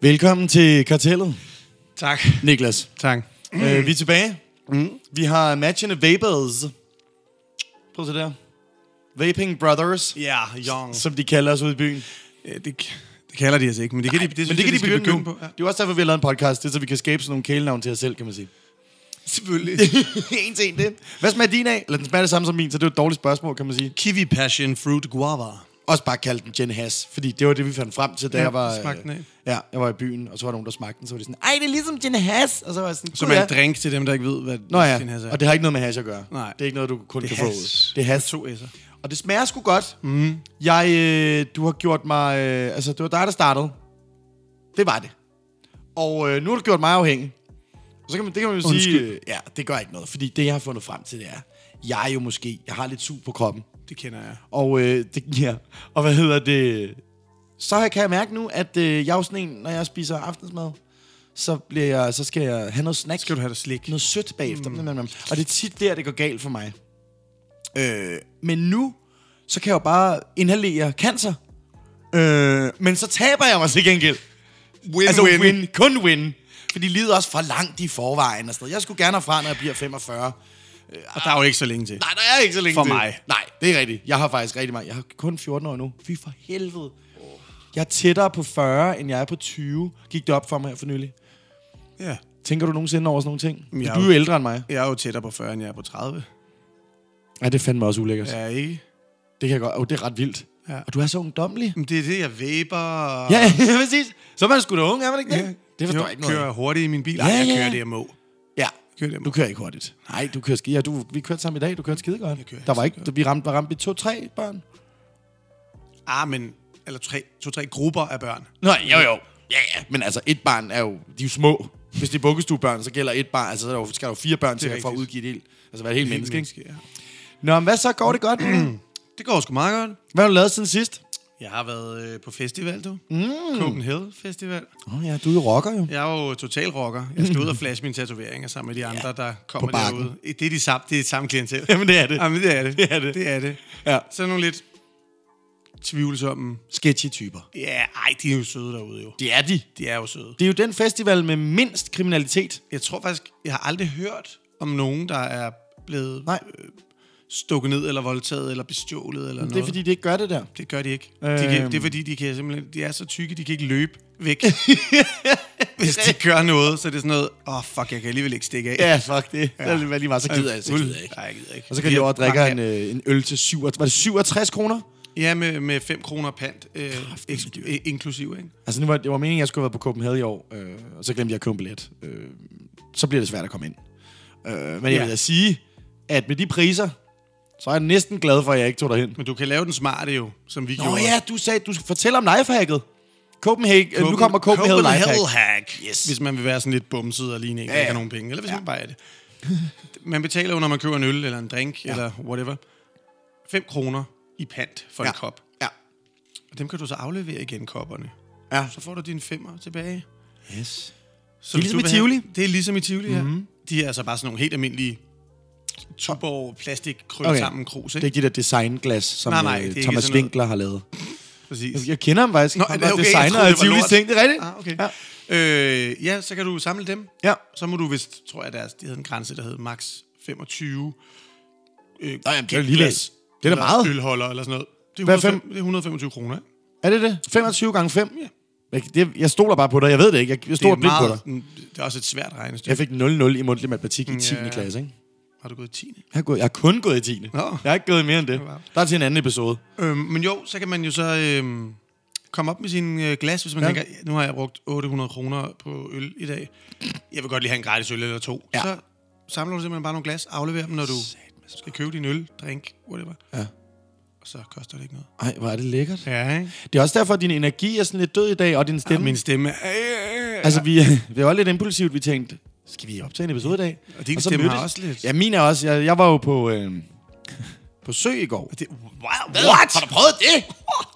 Velkommen til kartellet, Tak. Niklas. Tak. Mm. Øh, vi er tilbage. Mm. Vi har matchende vapors. Prøv at se der. Vaping Brothers, Ja, yeah, young. som de kalder os ude i byen. Det, det kalder de altså ikke, men det kan de, det, Men det kan de begynde, begynde på. Ja. Det er jo også derfor, vi har lavet en podcast. Det er, så vi kan skabe sådan nogle kælenavn til os selv, kan man sige. Selvfølgelig. en til en det. Hvad smager din af? Eller den smager det samme som min, så det er jo et dårligt spørgsmål, kan man sige. Kiwi Passion Fruit Guava. Også bare kalde den Gen Has, fordi det var det, vi fandt frem til, da Ja, jeg var... øh, smagte den af. Ja, jeg var i byen, og så var der nogen, der smagte den, så var det sådan, ej, det er ligesom Gen Has, og så var jeg sådan, Som "Gud, er ja." en drink til dem, der ikke ved, hvad Nå ja, den her er. og det har ikke noget med hash at gøre. Nej. Det er ikke noget, du kun Det kan er få hash. ud. Det er hash. to S'er. Og det smager sgu godt. Mm. Jeg, øh, du har gjort mig... Øh, altså, det var dig, der startede. Det var det. Og øh, nu har du gjort mig afhængig. Og så kan man, det kan man jo sige... Undskyld. Øh, ja, det gør ikke noget, fordi det, jeg har fundet frem til, det er... Jeg er jo måske... Jeg har lidt sug på kroppen. Det kender jeg. Og, øh, det, ja. og hvad hedder det? Så kan jeg mærke nu, at øh, jeg er jo sådan en, når jeg spiser aftensmad, så, bliver jeg, så skal jeg have noget snack. Skal du have det slik? Noget sødt bagefter. Mm. Og det er tit der, det går galt for mig. Øh, men nu, så kan jeg jo bare inhalere cancer. Øh, men så taber jeg mig til gengæld. Win, Altså win. win. Kun win. Fordi livet er også for langt i forvejen. Og sådan noget. Jeg skulle gerne herfra, når jeg bliver 45. Og der er jo ikke så længe til. Ah. Nej, der er ikke så længe For til. mig. Nej, det er rigtigt. Jeg har faktisk rigtig meget. Jeg har kun 14 år nu. Fy for helvede. Jeg er tættere på 40, end jeg er på 20. Gik det op for mig her for nylig. Ja. Tænker du nogensinde over sådan nogle ting? Jeg Jeg er du er jo- jo ældre end mig. Jeg er jo tættere på 40, end jeg er på 30. Ja, det er fandme også ulækkert. Ja. Ja, ikke? Det kan jeg godt. Oh, det er ret vildt. Ja. Ja. Og du er så ungdomlig. Men det er det, jeg væber. og- Ja, præcis. Så er man sgu da ung, er man ikke det? Ja. Det forstår Jo, jeg ikke noget kører af. hurtigt i min bil. Ja, Ja, jeg ja, kører ja. det, jeg må. Ja. Kører det, jeg må. Du kører ikke hurtigt. Nej, du kører ski. Ja, du, vi kørte sammen i dag. Du kørte skide godt. kører Der ikke var ikke, vi ramte, ramte vi to-tre børn. Ah, men... Eller tre, to-tre grupper af børn. Nej, jo jo. Ja, ja. Men altså, et barn er jo... De er jo små. Hvis det er vuggestuebørn, så gælder et barn. Altså, så er der jo, skal der jo fire børn til at få rigtigt. udgivet et helt... Altså, være et helt menneske, ikke? ja. Nå, men hvad så? Går det godt? Det går sgu meget godt. hvad har du lavet siden sidst? Jeg har været øh, på festival, du. Mm. Copenhagen Festival. Åh oh, ja, du er jo rocker jo. Jeg er jo total rocker. Jeg skal ud og flashe mine tatoveringer sammen med de andre, der kommer bakken. derude. Det er de samme, det er samme klientel. Jamen, det er det. Jamen, det er det. Det er det. Det er det. Ja. Så nogle lidt tvivlsomme. Sketchy typer. Ja, ej, de er jo søde derude jo. Det er de. De er jo søde. Det er jo den festival med mindst kriminalitet. Jeg tror faktisk, jeg har aldrig hørt om nogen, der er blevet Nej. øh, stukket ned, eller voldtaget, eller bestjålet, eller Det er, noget. fordi de ikke gør det der. Det gør de ikke. De kan, Øhm. det er fordi, de, kan simpelthen, de er så tykke, de kan ikke løbe væk. Hvis de gør noget, så er det sådan noget, åh oh, fuck, jeg kan alligevel ikke stikke af. Ja, fuck det. Ja. Det var lige meget, så gider jeg, så gider jeg ikke. Nej, jeg gider ikke. Og så kan de over drikke en, øh, en øl til 7, var det 67 kroner? Ja, med, med 5 kroner pant, øh, eks- øh, inklusiv, ikke? Altså, nu var, det var meningen, at jeg skulle have været på Copenhagen i år, øh, og så glemte jeg at købe en billet. Øh, så bliver det svært at komme ind. Øh, men jeg Ja. ja. vil da sige, at med de priser, så er jeg næsten glad for, at jeg ikke tog derhen. Men du kan lave den smarte jo, som vi Nå gjorde. ja, du sagde, du skulle fortælle om lifehacket. Copenhagen, Copen- nu kommer Copenhagen, Copenhagen lifehack. hack. Yes. Hvis man vil være sådan lidt bumset og ligne en, der Ja, ikke har ja. nogen penge. Eller hvis ja. man bare er det. Man betaler jo, når man køber en øl eller en drink, ja. eller whatever. 5 kroner i pant for ja. en kop. Ja. Og dem kan du så aflevere igen, kopperne. Ja. Så får du dine femmer tilbage. Yes. Så Det er hvis ligesom du i vil have- Tivoli? Det er ligesom i Tivoli, Mhm. mm-hmm. ja. De er altså bare sådan nogle helt almindelige tuborg plastik krølle okay. Okay. sammen krus, Det er ikke? ikke de der designglas, som Nej, nej, nej, det er nej, ikke Thomas sådan noget. Winkler har lavet. Præcis. Jeg kender ham faktisk. Nå, er han det var okay? Jeg designer troede, det af var Tivoli lort. Ting, det er rigtigt? Ah, okay. Ja. Øh, ja, så kan du samle dem. Ja. Så må du vist, tror jeg, deres, de havde en grænse, der hed max 25 øh, Nå, jamen, det er alligevel- det er da eller meget. Ølholder eller sådan noget. Det er, Hvad er 105, det er 125 kroner, ikke? Er det det? 25 gange 5? Ja. Jeg, det, jeg stoler bare på dig. Jeg ved det ikke. Jeg, jeg Det stoler er, blidt på dig. meget, mm, det er også et svært regnestykke. Jeg fik 0-0 i mundtlig matematik i 10. ja. klasse, ikke? Har du gået 10? Jeg har, gået, jeg har kun gået i 10. Nå. Jeg har ikke gået mere end det. Der er til en anden episode. Øhm, men jo, så kan man jo så øhm, komme op med sine øh, glas, hvis man ja. Ja. tænker, "Ja, nu har jeg brugt 800 kroner på øl i dag. Jeg vil godt lige have en gratis øl eller to. Ja. Ja. Så samler du simpelthen bare nogle glas, afleverer dem, når du skal købe din øl, drink, whatever. Ja. Og så koster det ikke noget. Ej, hvor er det lækkert. Ja, ikke? Det er også derfor, at din energi er sådan lidt død i dag, og din Ja, stemme. min stemme. Øh, øh, øh. Altså, vi, vi var lidt impulsivt, vi tænkte, skal vi optage en episode i dag? Og din så stemme mødtes- har også lidt- Ja, min er også. Jeg, jeg var jo på, øh, på sø i går. Det, wow, What? Har du prøvet det?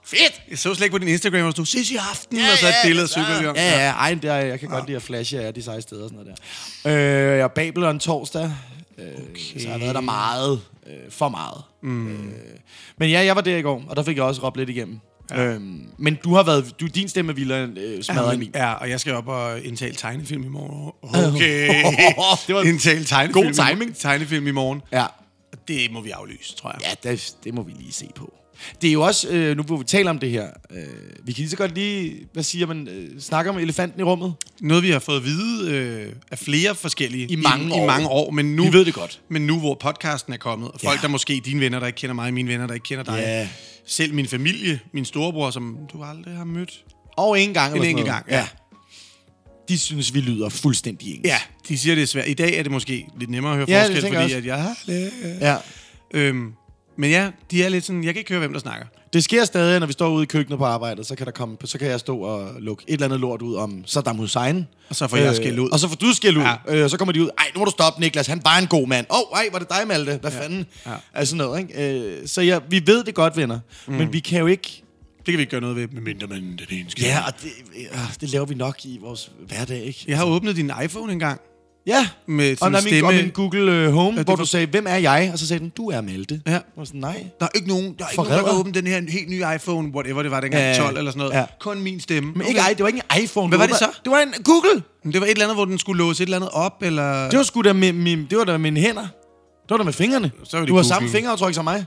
fedt! Jeg så slet ikke på din Instagram, hvor du stod, ses i aften, Ja, ja, og så et ja, billede af det er cykelgang. Ja, Ah. ja, ej, det er, jeg kan godt lide at flashe af de seje steder og sådan noget der. Øh, jeg er Babylon torsdag, øh, okay. så jeg har været der meget, øh, for meget. Mm. Øh, men ja, jeg var der i går, og der fik jeg også råbt lidt igennem. Ja. Øhm, men du har været, du, din stemme er vildere end øh, smadret end min. Ja, og jeg skal op og indtale tegnefilm i morgen. Okay. Det var en indtale tegnefilm. god i mor- timing. Tegnefilm i morgen. Ja, Og Det må vi aflyse, tror jeg. ja det, det må vi lige se på. Det er jo også, øh, nu hvor vi taler om det her, øh, vi kan lige så godt lige, hvad siger man, øh, snakke om elefanten i rummet. Noget, vi har fået at vide øh, af flere forskellige I mange i, år. i mange år men nu, Vi ved det godt. Men nu, hvor podcasten er kommet, og folk, Ja. der måske dine venner, der ikke kender mig, mine venner, der ikke kender dig, Ja. selv min familie, min storebror, som du aldrig har mødt. Og en gang. eller sådan enkelt noget. gang, ja. De synes, vi lyder fuldstændig ens. Ja, de siger, det er svært. I dag er det måske lidt nemmere at høre Ja, det forskel, tænker fordi jeg også. at jeg har lidt... ja. Øhm, men ja, de er lidt sådan, jeg kan ikke høre, hvem der snakker. Det sker stadig, når vi står ude i køkkenet på arbejdet, så kan, der komme, så kan jeg stå og lukke et eller andet lort ud om Saddam Hussein. Øh, Og så får jeg skæld ud. Og så får du skæld ud. Ja. Ja. Øh, og så kommer de ud. Ej, nu må du stoppe, Niklas. Han var en god mand. Åh, oh, ej, var det dig, Malte? Hvad ja. fanden? Ja. Ja. Altså noget, ikke? Øh, så ja, vi ved det godt, venner. Mm. Men vi kan jo ikke... Det kan vi ikke gøre noget ved, medmindre man den ene skal. Ja, og det, øh, det laver vi nok i vores hverdag, ikke? Jeg har åbnet din iPhone engang. Ja. Med og sådan der er en min, og stemme- min Google øh, Home, ja, det hvor var- du sagde, hvem er jeg? Og så sagde den, du er Malte. Ja. Jeg var sådan, nej. Der er ikke nogen, der, er ikke nogen, der Forræder. kan åbne den her helt nye iPhone, whatever det var dengang, Ja, ja, 12 eller sådan noget. ja. Ja. Kun min stemme. Men ikke, ej, det var ikke en iPhone. Hvad var det åbner- så? Det var en Google. Men det var et eller andet, hvor den skulle låse et eller andet op, eller... Det var sgu da min, min, det var da mine hænder. Det var da med fingrene. Så er det du har Google. samme fingeraftryk som mig.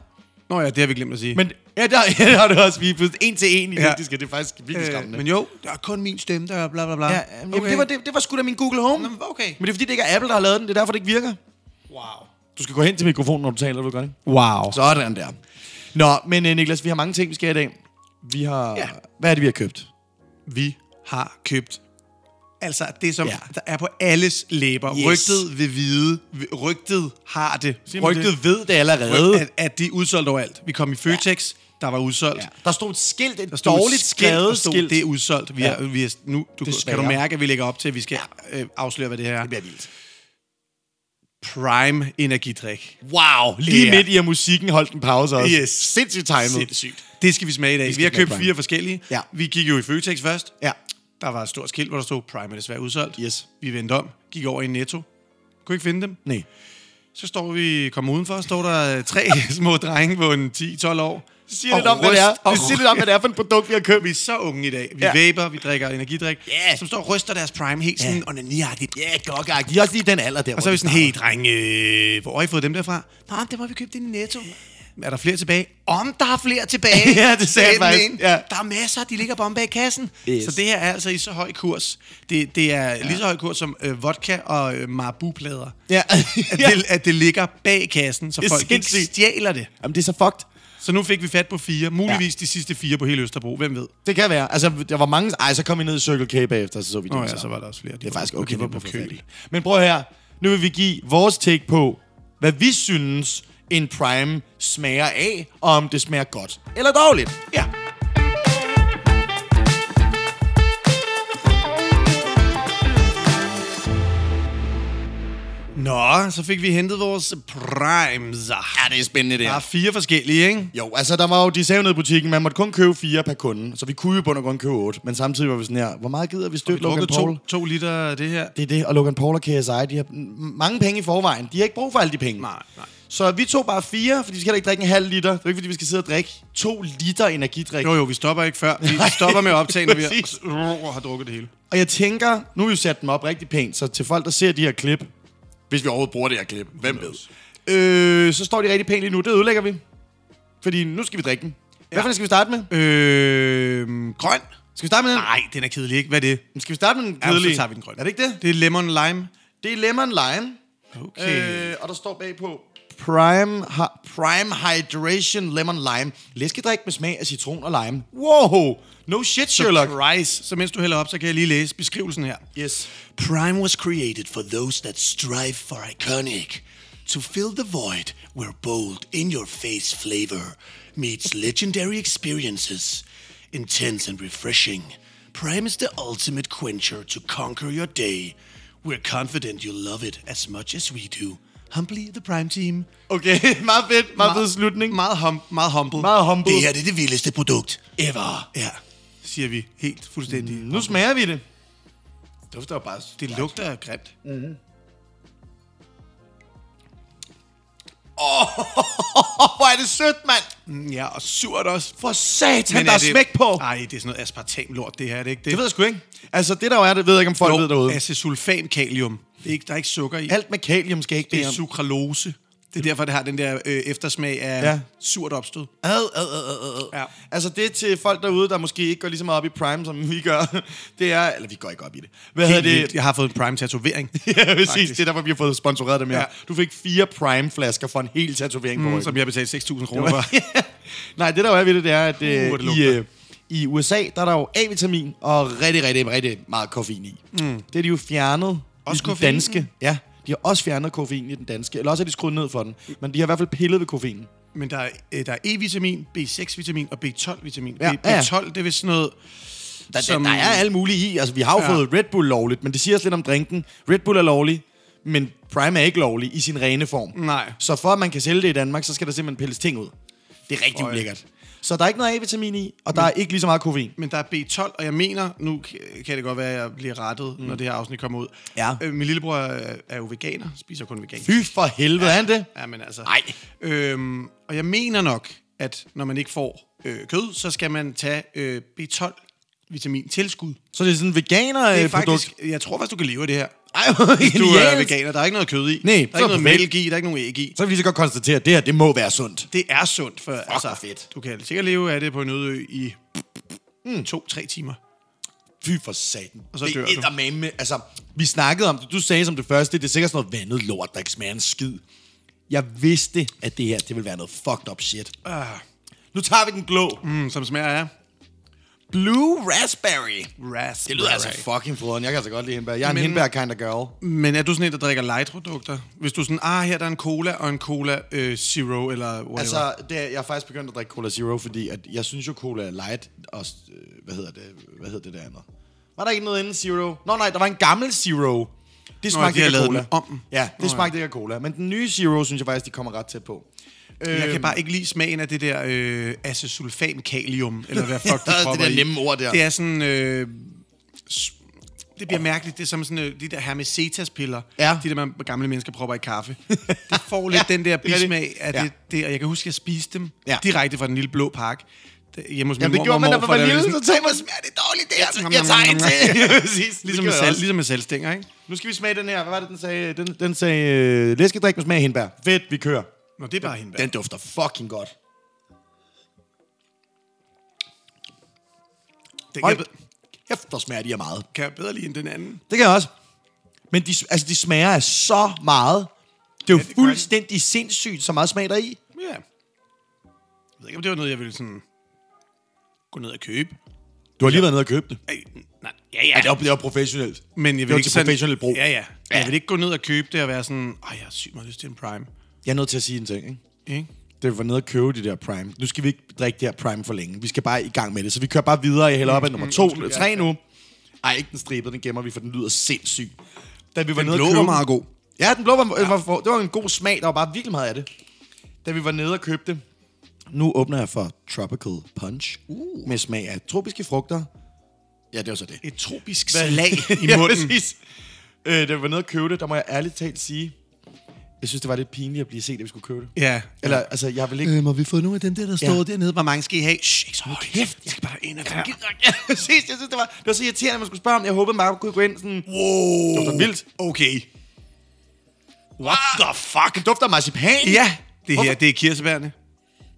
Nå ja, det har vi glemt at sige. Men ja, der, ja, der har det også vi er pludselig en til en i Ja. ja. det, det er faktisk virkelig øh, skræmmende. men jo, der er kun min stemme, der er bla bla bla. ja, jamen, okay. det, var, det, det var sgu da min Google Home. Nå, men okay. Men det er fordi, det ikke er Apple, der har lavet den. Det er derfor, det ikke virker. Wow. Du skal gå hen til mikrofonen, når du taler, du gør det. Wow. Så. Sådan der. Nå, men øh, Niklas, vi har mange ting, vi skal i dag. Vi har... Ja. Ja. Hvad er det, vi har købt? Vi har købt altså det, som Ja. ja. der er på alles læber. Yes. Yes. Rygtet vil vide. Vi- Rygtet har det. man det? ved det allerede. At, at det er udsolgt overalt. Vi kom i Føtex, ja. der var udsolgt. Ja. Der stod et skilt, et Der stod et dårligt skilt, der skrevet stod, skilt. Det er udsolgt. Vi Ja. er, vi er, nu du, Desværre. kan du mærke, at vi lægger op til, at vi skal øh, afsløre, hvad det her er. bliver vildt. Prime energidrik. Wow, lige Det yeah. er- midt i, at musikken holdt en pause også. Yes. Sindssygt timet. Sindssygt. Det skal vi smage i dag. skal Vi har smage købt Prime. fire forskellige. Ja. Vi gik jo i Føtex først. Ja. Der var et stort skilt, hvor der stod, Prime er desværre udsolgt. Yes. Vi vendte om, gik over i Netto. Kunne ikke finde dem. Nej. Så står vi, kommer udenfor, står der øh, tre små drenge på en 10-12 år. Det siger lidt om, hvad det er. Det siger lidt om, hvad det er for et produkt, vi har købt. Vi er så unge i dag. Vi Ja. ja. vaper, vi drikker energidrik, Ja. som står og ryster deres prime helt sådan yeah. onaniagtigt. Ja, godt De er også lige den alder der. Og så er vi sådan, hey drenge, øh, hvor har I fået dem derfra? Nej, det må vi købe det i Netto. Er der flere tilbage? Om der er flere tilbage. Ja, det sagde jeg den faktisk. ene. Ja. Der er masser, de ligger bombe i kassen. Yes. Yes. Så det her er altså i så høj kurs. Det, det er ja. lige så høj kurs som øh, vodka og øh, marabu-plader. Ja. At, ja. det, at det ligger bag kassen, så er folk ikke sindssygt. stjæler det. Jamen, det er så fucked. Så nu fik vi fat på fire. Muligvis ja. de sidste fire på hele Østerbro. Hvem ved? Det kan være. Altså, der var mange... Ej, så kom vi ned i Circle K bagefter, så så vi det. Nå ja, så var der også flere. De Altså. Det er faktisk okay, de var på køl. køl. Men prøv her. Nu vil vi give vores take på, hvad vi synes, en prime smager af, og om det smager godt eller dårligt. Ja. Nå, så fik vi hentet vores Ah, primes. Ja, det er spændende, det Der er fire forskellige, ikke? Jo, altså der var jo, de sagde jo nede i butikken, man måtte kun købe fire per kunde, så vi kunne jo bund og grund købe otte, men samtidig var vi sådan her, hvor meget gider vi støtte Logan Drukket to, Paul? to liter af det her. Det er det, og Logan Paul og KSI, de har m- mange penge i forvejen, de har ikke brug for alle de penge. Nej, nej. Så vi tog bare fire, fordi vi skal heller ikke drikke en halv liter, det er jo ikke fordi, vi skal sidde og drikke to liter energidrik. Jo, jo, vi stopper ikke før. Vi stopper med at optage, når vi Præcis. har, har drukket det hele. Og jeg tænker, nu har vi jo sat dem op rigtig pænt, så til folk, der ser de her klip, hvis vi overhovedet bruger det her klip, hvem ved, øh, så står de rigtig pænt lige nu, det ødelægger vi, fordi nu skal vi drikke dem. Hvad for en skal vi starte med? Øh, grøn? Skal vi starte med den? Nej, den er kedelig, ikke? Hvad er det? Skal vi starte med den Ja, så kedelige? tager vi den grønne. Er det ikke det? Det er lemon lime. Det er Lemon Lime. Okay. Øh, og der står bagpå... Prime, ha- Prime Hydration Lemon Lime. Læskedrik med smag af citron og lime. Wow! No shit, Sherlock. Surprise. Så mens du hælder op, så kan jeg lige læse beskrivelsen her. Yes. Prime was created for those that strive for iconic, to fill the void where bold, in your face flavor meets legendary experiences. Intense and refreshing, Prime is the ultimate quencher to conquer your day. We're confident you'll love it as much as we do. Humbly the Prime Team. Okay, meget fedt. Meget fed Meget- slutning. Meget, hum, meget humble, meget. Meget humble. Det her det er det vildeste produkt. ever. Ja. siger vi helt fuldstændig. Nu smager vi det. Det dufter jo bare... Det lugter grimt. Hvor er det sødt, mand! Mm, Ja, og surt også. For satan, Men der er det- smæk på! Ej, det er sådan noget aspartamlort, det her, er det ikke det? Det ved jeg sgu ikke. Altså, det der jo er, det ved jeg ikke, om folk jo, ved derude. acesulfamkalium. Det er ikke, der er ikke sukker Altså, i. Alt med kalium skal ikke det bede er om. sukralose. Det er derfor, det har den der øh, eftersmag af Ja. ja. surt opstød. Ad, ad, ad, ad, ad, ad. Ja. Altså det til folk derude, der måske ikke går lige så meget op i Prime, som vi gør, det er... Eller vi går ikke op i det. Hvad hedder det? Jeg har fået en prime-tatovering. Ja, præcis. Faktisk. Det er derfor, vi har fået sponsoreret dem her. Ja. Ja. Mm. Du fik fire Prime-flasker for en hel tatovering på ryggen. som jeg betalte 6.000 kroner for. Nej, det der jo er ved det, det er, at øh, Uh, hvor det i, lugter. øh, i USA, der er der jo A-vitamin og rigtig, rigtig, rigtig meget koffein i. Mm. Det er de jo fjernet Også i den koffeinen? danske. Ja, de har også fjernet koffein i den danske. Eller også har de skruet ned for den. Men de har i hvert fald pillet ved koffeinen. Men der er, øh, der er E-vitamin, B6-vitamin og B12-vitamin. Ja, Ja, ja. B12, det er vist sådan noget... Der, som... Som- der er alt muligt i. Altså, vi har jo ja. Ja. fået Red Bull lovligt, men det siger os lidt om drinken. Red Bull er lovlig, men Prime er ikke lovlig i sin rene form. Nej. Så for at man kan sælge det i Danmark, så skal der simpelthen pilles ting ud. Det er rigtig Føj. ulækkert. Så der er ikke noget A-vitamin i, og der Mm. er ikke lige så meget koffein. Men der er B12, og jeg mener, nu k- kan det godt være, at jeg bliver rettet, mm. når det her afsnit kommer ud. Ja. Øh, min lillebror er, er jo veganer, spiser kun vegan. Fy for helvede, ja. er han det? Ja, men altså... Nej. Øhm, og jeg mener nok, at når man ikke får øh, kød, så skal man tage øh, B12-vitamin-tilskud. Så det er sådan en veganer Det er øh, produkt? faktisk, jeg tror faktisk, du kan leve af det her. Ej, hvor Du genialt. er veganer, der er ikke noget kød i. Nej, der er så ikke noget perfekt. mælk i, der er ikke nogen æg i. Så kan vi lige så godt konstatere, at det her, det må være sundt. Det er sundt, for altså, hvor fedt. du kan sikkert leve af det på en øde ø i mm. to-tre timer. Fy for satan. Og så det dør du. er du. Med, altså, vi snakkede om det. Du sagde som det første, det er sikkert sådan noget vandet lort, der ikke smager en skid. Jeg vidste, at det her, det ville være noget fucked up shit. Ah, Nu tager vi den blå. mm, som smager af Blue raspberry. raspberry. Det lyder altså fucking foderen. Jeg kan altså godt lide hindbær. Jeg er en hindbær kind of girl. Men er du sådan en, der drikker light-produkter? Hvis du er sådan, ah, her der er en cola og en cola øh, zero, eller whatever. Altså, Altså, det, er- jeg er faktisk begyndt at drikke Cola Zero, fordi at jeg synes jo, Cola Light og... øh, Hvad hedder det, hvad hedder det der andet? Var der ikke noget andet Zero? Nå nej, der var en gammel Zero. Det de smagte har ikke af lavet cola. den om. Ja, det Nå, smagte ikke af cola. Men den nye Zero, synes jeg faktisk, de kommer ret tæt på. Øh, jeg kan bare ikke lide smagen af det der øh, acesulfam-kalium, eller hvad fuck Ja, det det propper der i. nemme ord der. Det er sådan... Øh, s- det bliver mærkeligt. Det er som sådan, øh, de der hermesetas-piller. Ja. De der, man gamle mennesker propper i kaffe. Det får lidt den der det er bismag af rigtigt. det, det, og jeg kan huske, at jeg spiste dem Ja. direkte fra den lille blå pakke. Der- Hjemme hos min Jamen, det mormor gjorde og man, da morfar, man var der lille, var så sådan- tænker man, smager det er dårligt, det her. Nom, Jeg nom, tager en nom, til. Præcis, det Ligesom, gjorde med jeg sal- også. ligesom med salgstænger, ikke? Nu skal vi smage den her. Hvad var det, den sagde? Den, den sagde øh, læskedrik med smag af hindbær. Fedt, vi kører. Nå, det er bare hende. Den dufter fucking godt. Det kan, Hold jeg be- kæft, hvor smager de af meget. kan jeg bedre lide end den anden. Det kan jeg også. Men de, altså, de smager af så meget. Det er jo ja, det gør de. fuldstændig sindssygt, så meget smag der er i. Ja. Jeg ved ikke, om det var noget, jeg ville sådan gå ned og købe. Du har lige været nede og købe det. Ej, nej, ja, ja. Ja, det var, det var professionelt. Men jeg det vil var ikke til professionel brug. Ja, ja. Ja. Jeg vil ikke gå ned og købe det og være sådan, ej, jeg har sygt meget lyst til en Prime. Jeg er nødt til at sige en ting, ikke? Ikke? Da vi var nede og købe de der Prime. Nu skal vi ikke drikke det her Prime for længe. Vi skal bare i gang med det. Så vi kører bare videre. Jeg hælder op af Mm, nummer to, eller tre nu. Ej, ikke den stribede. Den gemmer vi, for den lyder sindssyg. Da vi var den nede blå og købe var den- meget god. Ja, den blå var, ja. var, det var en god smag. Der var bare virkelig meget af det. Da vi var nede og købte det. Nu åbner jeg for Tropical Punch. Uh. Med smag af tropiske frugter. Ja, det var så det. Et tropisk slag i ja, munden. præcis. Øh, da vi var nede og købe det, der må jeg ærligt talt sige, jeg synes, det var lidt pinligt at blive set, at vi skulle købe det. ja. Eller, altså, jeg vil ikke... Øh, Øhm, har vi fået nogle af dem der, der står dernede? Hvor mange skal I have? Shh, ikke så højt. kæft. Jeg skal bare ind og drikke. Ja, præcis. Jeg synes, det var, det var så irriterende, at man skulle spørge om. det. Jeg håbede, Marco kunne gå ind sådan... Wow. Det var vildt. Okay. What the fuck? Det dufter af marcipan. Ja. Det Hvorfor? her, det er kirsebærne.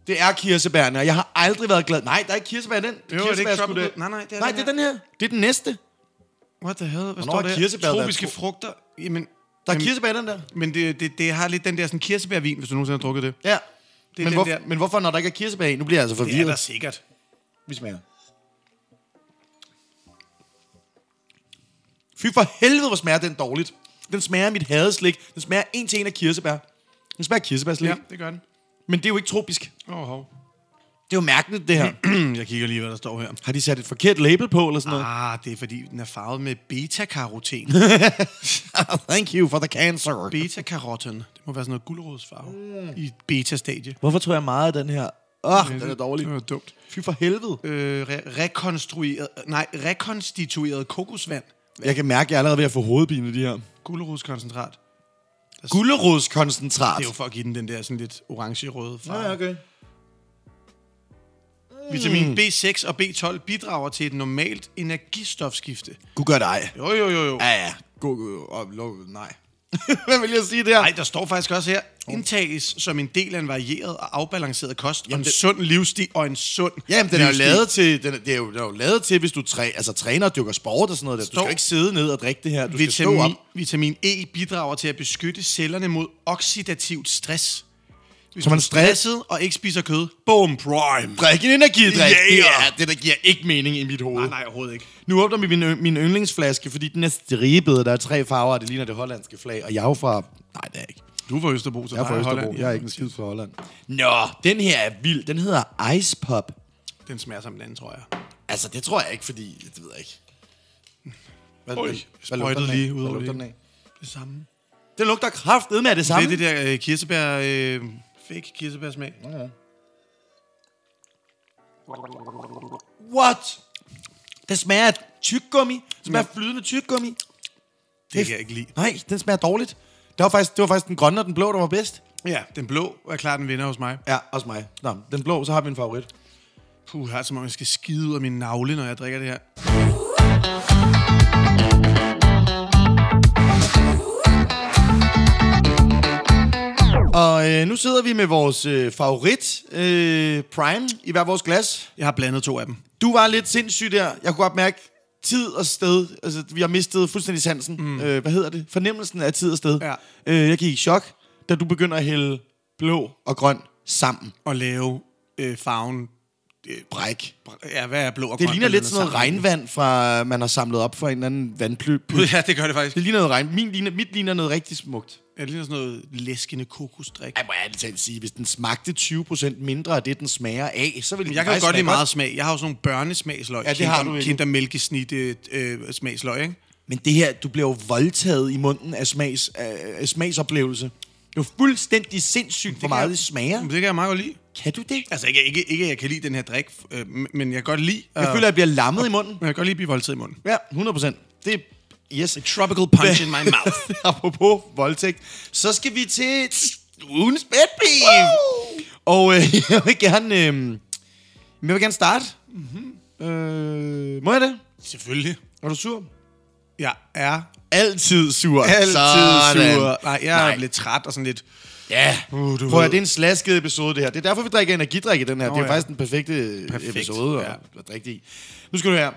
Det er kirsebærne, og jeg har aldrig været glad. Nej, der er ikke kirsebær i den. Jo, er det ikke det tropical? Nej, nej, det er nej, den det er den her. Det er den næste. Der What the hell? Hvad er kirsebær, der? der er Tropiske tro- frugter. Jamen, er jamen, kirsebær i den der. men det, det, det har lidt den der sådan kirsebærvin, hvis du nogensinde har drukket det. Ja. Det er men, den hvor, der. men hvorfor, når der ikke er kirsebær i? Nu bliver jeg altså Det er forvirret. der sikkert. Vi smager. Fy for helvede, hvor smager den dårligt. Den smager af mit hadeslik. Den smager en til en af kirsebær. Den smager af kirsebærslik. Ja. Ja, det gør den. Men det er jo ikke tropisk. Åh, hov. Det er jo mærkeligt, det her. Jeg kigger lige, hvad der står her. Har de sat et forkert label på, eller sådan noget? Ah, det er fordi, den er farvet med beta-karoten. Thank you for the cancer. Beta-karoten. Det må være sådan noget guldrådsfarve i et beta-stadie. Hvorfor tror jeg meget af den her? Åh, oh, Mm. den er dårlig. Det var dumt. Fy for helvede. Øh, re- rekonstrueret, nej, rekonstitueret kokosvand. Jeg kan mærke, at jeg er allerede ved at få hovedpine, de her. Gulerodskoncentrat. Det Gulderodskoncentrat. er jo for at give den den der sådan lidt orange-røde farve. okay. Mm. Vitamin B6 og B12 bidrager til et normalt energistofskifte. Gud gør dig. Jo, jo, jo, jo. Ja, ja. God, god, og, lov, nej. Hvad vil jeg sige der? Nej, der står faktisk også her, Oh. indtages som en del af en varieret og afbalanceret kost, Jamen, og en sund livsstil og en sund Jamen, den er, jo livsstil. lavet til, den, er, det er jo, den er jo lavet til, hvis du træ, altså, træner og dyrker sport og sådan noget. Der. Du skal Stå. jo ikke sidde ned og drikke det her. Du skal stå Vitamin, op. vitamin E bidrager til at beskytte cellerne mod oxidativt stress. Hvis Så man du er stress- stresset og ikke spiser kød, boom, prime. Drik en energidrik. Ja, Det ja. er det, der giver ikke mening i mit hoved. Nej, nej, overhovedet ikke. Nu åbner vi min, yng- min yndlingsflaske, fordi den er stribet, og der er tre farver, og det ligner det hollandske flag. Og jeg er jo fra... Nej, det er jeg ikke. Du er fra Østerbro, så Jeg er fra Østerbro. Jeg er ikke en skid fra Holland. Nå, den her er vild. Den hedder Ice Pop. Den smager som den anden, tror jeg. Altså, det tror jeg ikke, fordi... Det ved jeg ikke. Hvad, Oj, hvad lugter sprøjtede den af? lige ud Hvad over lugter det. den af? Det samme. Det lugter kraftedet med det Det samme. er det der øh, kirsebær, øh, fake kirsebærsmag. Ja. What? Det smager af tyggegummi. Det smager af flydende tyggegummi. Det kan jeg ikke lide. Nej, den smager dårligt. Det var faktisk, det var faktisk den grønne og den blå, der var bedst. Ja, den blå er klart den vinder hos mig. Ja, også mig. Nå, den blå, så har vi en favorit. Puh, jeg har som om, jeg skal skide ud af min navle, når jeg drikker det her. Og øh, nu sidder vi med vores øh, favorit, øh, Prime, i hver vores glas. Jeg har blandet to af dem. Du var lidt sindssyg der. Jeg kunne godt mærke tid og sted. Altså, vi har mistet fuldstændig sansen. Mm. Øh, hvad hedder det? Fornemmelsen af tid og sted. Ja. Øh, jeg gik i chok, da du begynder at hælde blå og grøn sammen. Og lave øh, farven... Øh, Bræk. ja, hvad er blå og Det grøn, ligner der lidt blander sådan noget sammen? regnvand, fra, man har samlet op fra en eller anden vandplyp. Ja, det gør det faktisk. Det ligner noget regn. Min ligner, mit ligner noget rigtig smukt. Ja, det ligner sådan noget læskende kokosdrik. Ej, må jeg ærligt talt sige, hvis den smagte 20% mindre af det, den smager af, så ville den Jeg kan jo faktisk godt lide smage meget smag. Jeg har jo sådan nogle børnesmagsløg. Ja, det har du kinder, ikke. Kinder mælkesnit øh, øh, smagsløg, ikke? Men det her, du bliver jo voldtaget i munden af, smags, af, af smagsoplevelse. Det er jo fuldstændig sindssygt, hvor meget jeg- det smager. Men det kan jeg meget godt lide. Kan du det? Altså, ikke, ikke, ikke at jeg kan lide den her drik, øh, men men jeg kan godt lide... øh, Jeg føler, jeg bliver lammet i munden. Men jeg kan godt lide at blive voldtaget i munden. Altså- Ja, 100%. Det er... Yes. Tropical punch in my mouth. Apropos voldtægt, så skal vi til ugens bedbeam. Og øh, jeg vil gerne, øh, jeg vil gerne starte. Mm-hmm. Øh, må jeg det? Selvfølgelig. Er du sur? Jeg er Altid sur. altid Sådan. sur. Nej, jeg er Nej. Nej. lidt træt og sådan lidt... Ja. Uh, du Prøv at, ved. det er en slasket episode, det her. Det er derfor, vi drikker energidrik i den her. det er ja. faktisk den perfekte Perfekt. Perfekt, episode at, ja. at drikke det i. Nu skal du høre.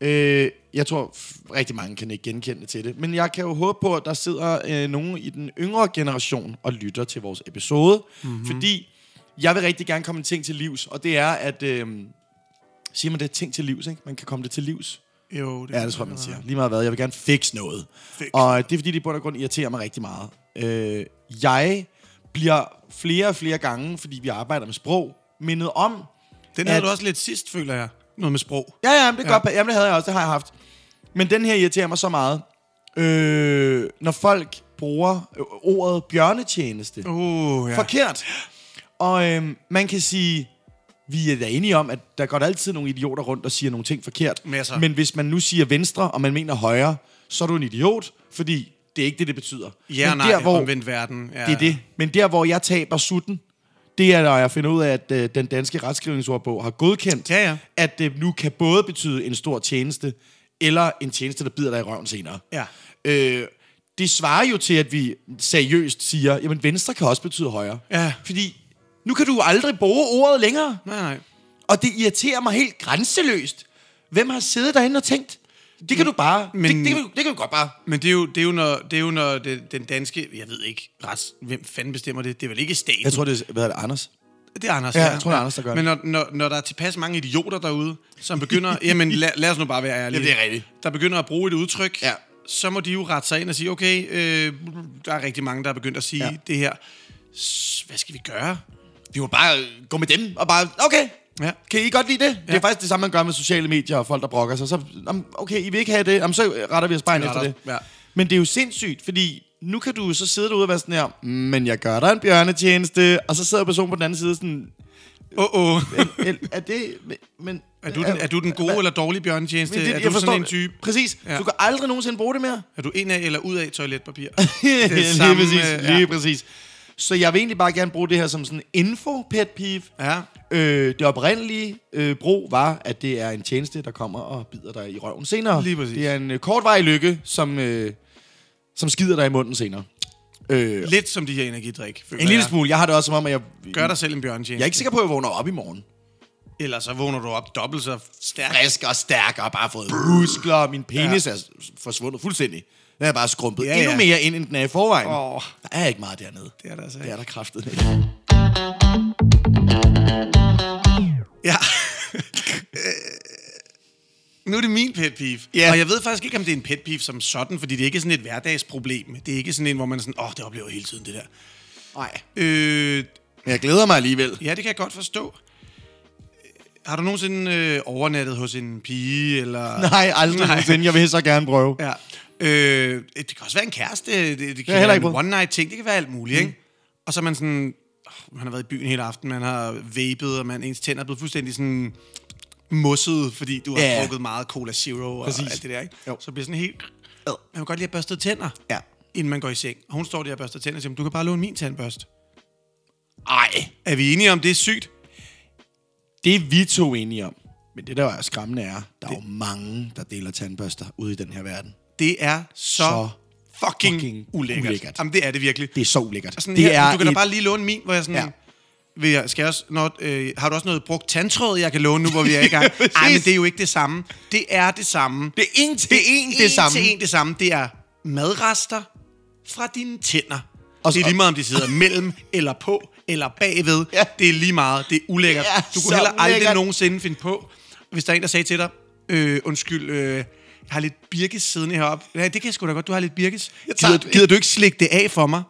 Øh, jeg tror, f- rigtig mange kan ikke genkende til det. Men jeg kan jo håbe på, at der sidder øh, nogen i den yngre generation og lytter til vores episode. Mm-hmm. Mhm. Fordi jeg vil rigtig gerne komme en ting til livs. Og det er, at... Øh, siger man det? Ting til livs, ikke? Man kan komme det til livs. Jo, det, Ja, det tror jeg, man siger. Lige meget hvad, jeg vil gerne fix noget. Fix. Og øh, det er fordi, det i bund og grund irriterer mig rigtig meget. Øh, jeg bliver flere og flere gange, fordi vi arbejder med sprog, mindet om... Den havde du også lidt sidst, føler jeg. Noget med sprog. Ja, ja, men det, er ja. Godt, jamen, det havde jeg også, det har jeg haft. Men den her irriterer mig så meget. Øh, når folk bruger øh, ordet bjørnetjeneste. Uh, ja. Forkert. Og øhm, man kan sige, vi er da enige om, at der går der altid nogle idioter rundt og siger nogle ting forkert. Masser. Men hvis man nu siger venstre, og man mener højre, så er du en idiot, fordi det er ikke det, det betyder. Ja, men nej, der, hvor, omvendt verden. Ja. det er det. Men der, hvor jeg taber sutten, det er, når jeg finder ud af, at øh, den danske retskrivningsordbog har godkendt, Ja, ja. at det nu kan både betyde en stor tjeneste, eller en tjeneste, der bider dig i røven senere. Ja. Øh, det svarer jo til, at vi seriøst siger, jamen venstre kan også betyde højre. Ja. Fordi nu kan du aldrig bruge ordet længere, Nej, nej. og det irriterer mig helt grænseløst. Hvem har siddet derinde og tænkt, det kan du bare, men, det, men- det, kan du, det kan du godt bare. Men det er jo, det er jo når, det er jo, når det, den danske... Jeg ved ikke, rets, hvem fanden bestemmer det? Det er vel ikke staten? Jeg tror, det er, hvad er det, Anders? det er Anders. Ja, jeg tror, det er Anders, der gør Men det. når, når, når der er tilpas mange idioter derude, som begynder... jamen, lad, lad os nu bare være ærlige. Jamen, det er rigtigt. Der begynder at bruge et udtryk, Ja. så må de jo rette sig ind og sige, okay, øh, der er rigtig mange, der er begyndt at sige Ja. ja. det her. S- Hvad skal vi gøre? Vi må bare gå med dem og bare, okay, Ja. Kan I godt lide det? Ja. Det er faktisk det samme, man gør med sociale medier og folk, der brokker sig. Så, om, okay, I vil ikke have det, om, så retter vi os bare ind efter retter det. os, ja. Men det er jo sindssygt, fordi nu kan du så sidde derude og være sådan her, "Mm, men jeg gør dig en bjørnetjeneste, og så sidder personen på den anden side sådan, Åh, oh, oh. "El- er det... Men, men, Er du, den, er du den gode eller dårlige bjørnetjeneste? men Det, det, er jeg du forstår, sådan en type? Præcis. Ja. Ja. Du kan aldrig nogensinde bruge det mere. Er du ind af eller ud af toiletpapir? lige samme, præcis, øh, lige ja. præcis. Så jeg vil egentlig bare gerne bruge det her som sådan en info-pet peeve. Ja. Øh, det oprindelige øh, brug var, at det er en tjeneste, der kommer og bider dig i røven senere. Lige præcis. Det er en øh, kortvarig lykke, som, øh, som skider dig i munden senere. Øh, Lidt som de her energidrik. føler en lille jeg. smule. Jeg har det også som om, at jeg... Gør dig selv en Jeg bjørnetjeneste. er ikke sikker på, at jeg vågner op i morgen. Ellers så vågner du op dobbelt så stærkt. Frisk og stærk og bare fået muskler, og min penis ja. er s- forsvundet fuldstændig. Den er bare skrumpet Ja, ja, ja. endnu mere ind, end den er i forvejen. Åh. Der er ikke meget dernede. Det er der altså Det er ikke. der kraftet ikke. Ja. Øh, nu er det min pet peeve. Ja. Og jeg ved faktisk ikke, om det er en pet peeve som sådan, fordi det er ikke sådan et hverdagsproblem. Det er ikke sådan en, hvor man er sådan, åh, oh, det oplever jeg hele tiden, det der. Nej. Øh, Men jeg glæder mig alligevel. ja, det kan jeg godt forstå. Øh, Har du nogensinde øh, overnattet hos en pige, eller... Nej, aldrig nogensinde. Jeg vil så gerne prøve. Ja. Øh, det kan også være en kæreste, det, det kan har heller være en ikke prøvet. one-night-ting, det kan være alt muligt, mm. ikke? Og så er man sådan, åh, man har været i byen hele aften, man har vapet, og man, ens tænder er blevet fuldstændig sådan mosset, fordi du har Ja. drukket meget Cola Zero og Præcis. alt det der, ikke? Jo. Så bliver sådan helt... Ad. Man vil godt lige have børstet tænder, Ja. inden man går i seng. Og hun står der og børster tænder og siger, du kan bare låne min tandbørste. Ej, Er vi enige om, det er sygt? det er vi to enige om. Men det, der er skræmmende, er, der er jo mange, der deler tandbørster ude i den her verden. Det er så, Så fucking, fucking ulækkert. ulækkert. Jamen, det er det virkelig. Det er så ulækkert. Og sådan det det her, er er du kan da et- bare lige låne min, hvor jeg sådan... Ja. Ja. Vil jeg, skal jeg også, når, øh, har du også noget brugt tandtråd, jeg kan låne nu, hvor vi er i gang? Nej, men det er jo ikke det samme. Det er det samme. Det er en til en det, en samme. til en det samme. Det er madrester fra dine tænder. Og Og det er så- lige meget, om de sidder mellem, eller på, eller bagved. Ja. Ja. Det er lige meget. Det er ulækkert. Det er du så kunne heller aldrig ulækkert. nogensinde finde på, hvis der er en, der sagde til dig, øh, undskyld, øh, jeg har lidt birkes siddende heroppe. Ja, det kan jeg sgu da godt, du har lidt birkes. tager Gider, det. gider du ikke slikke det af for mig?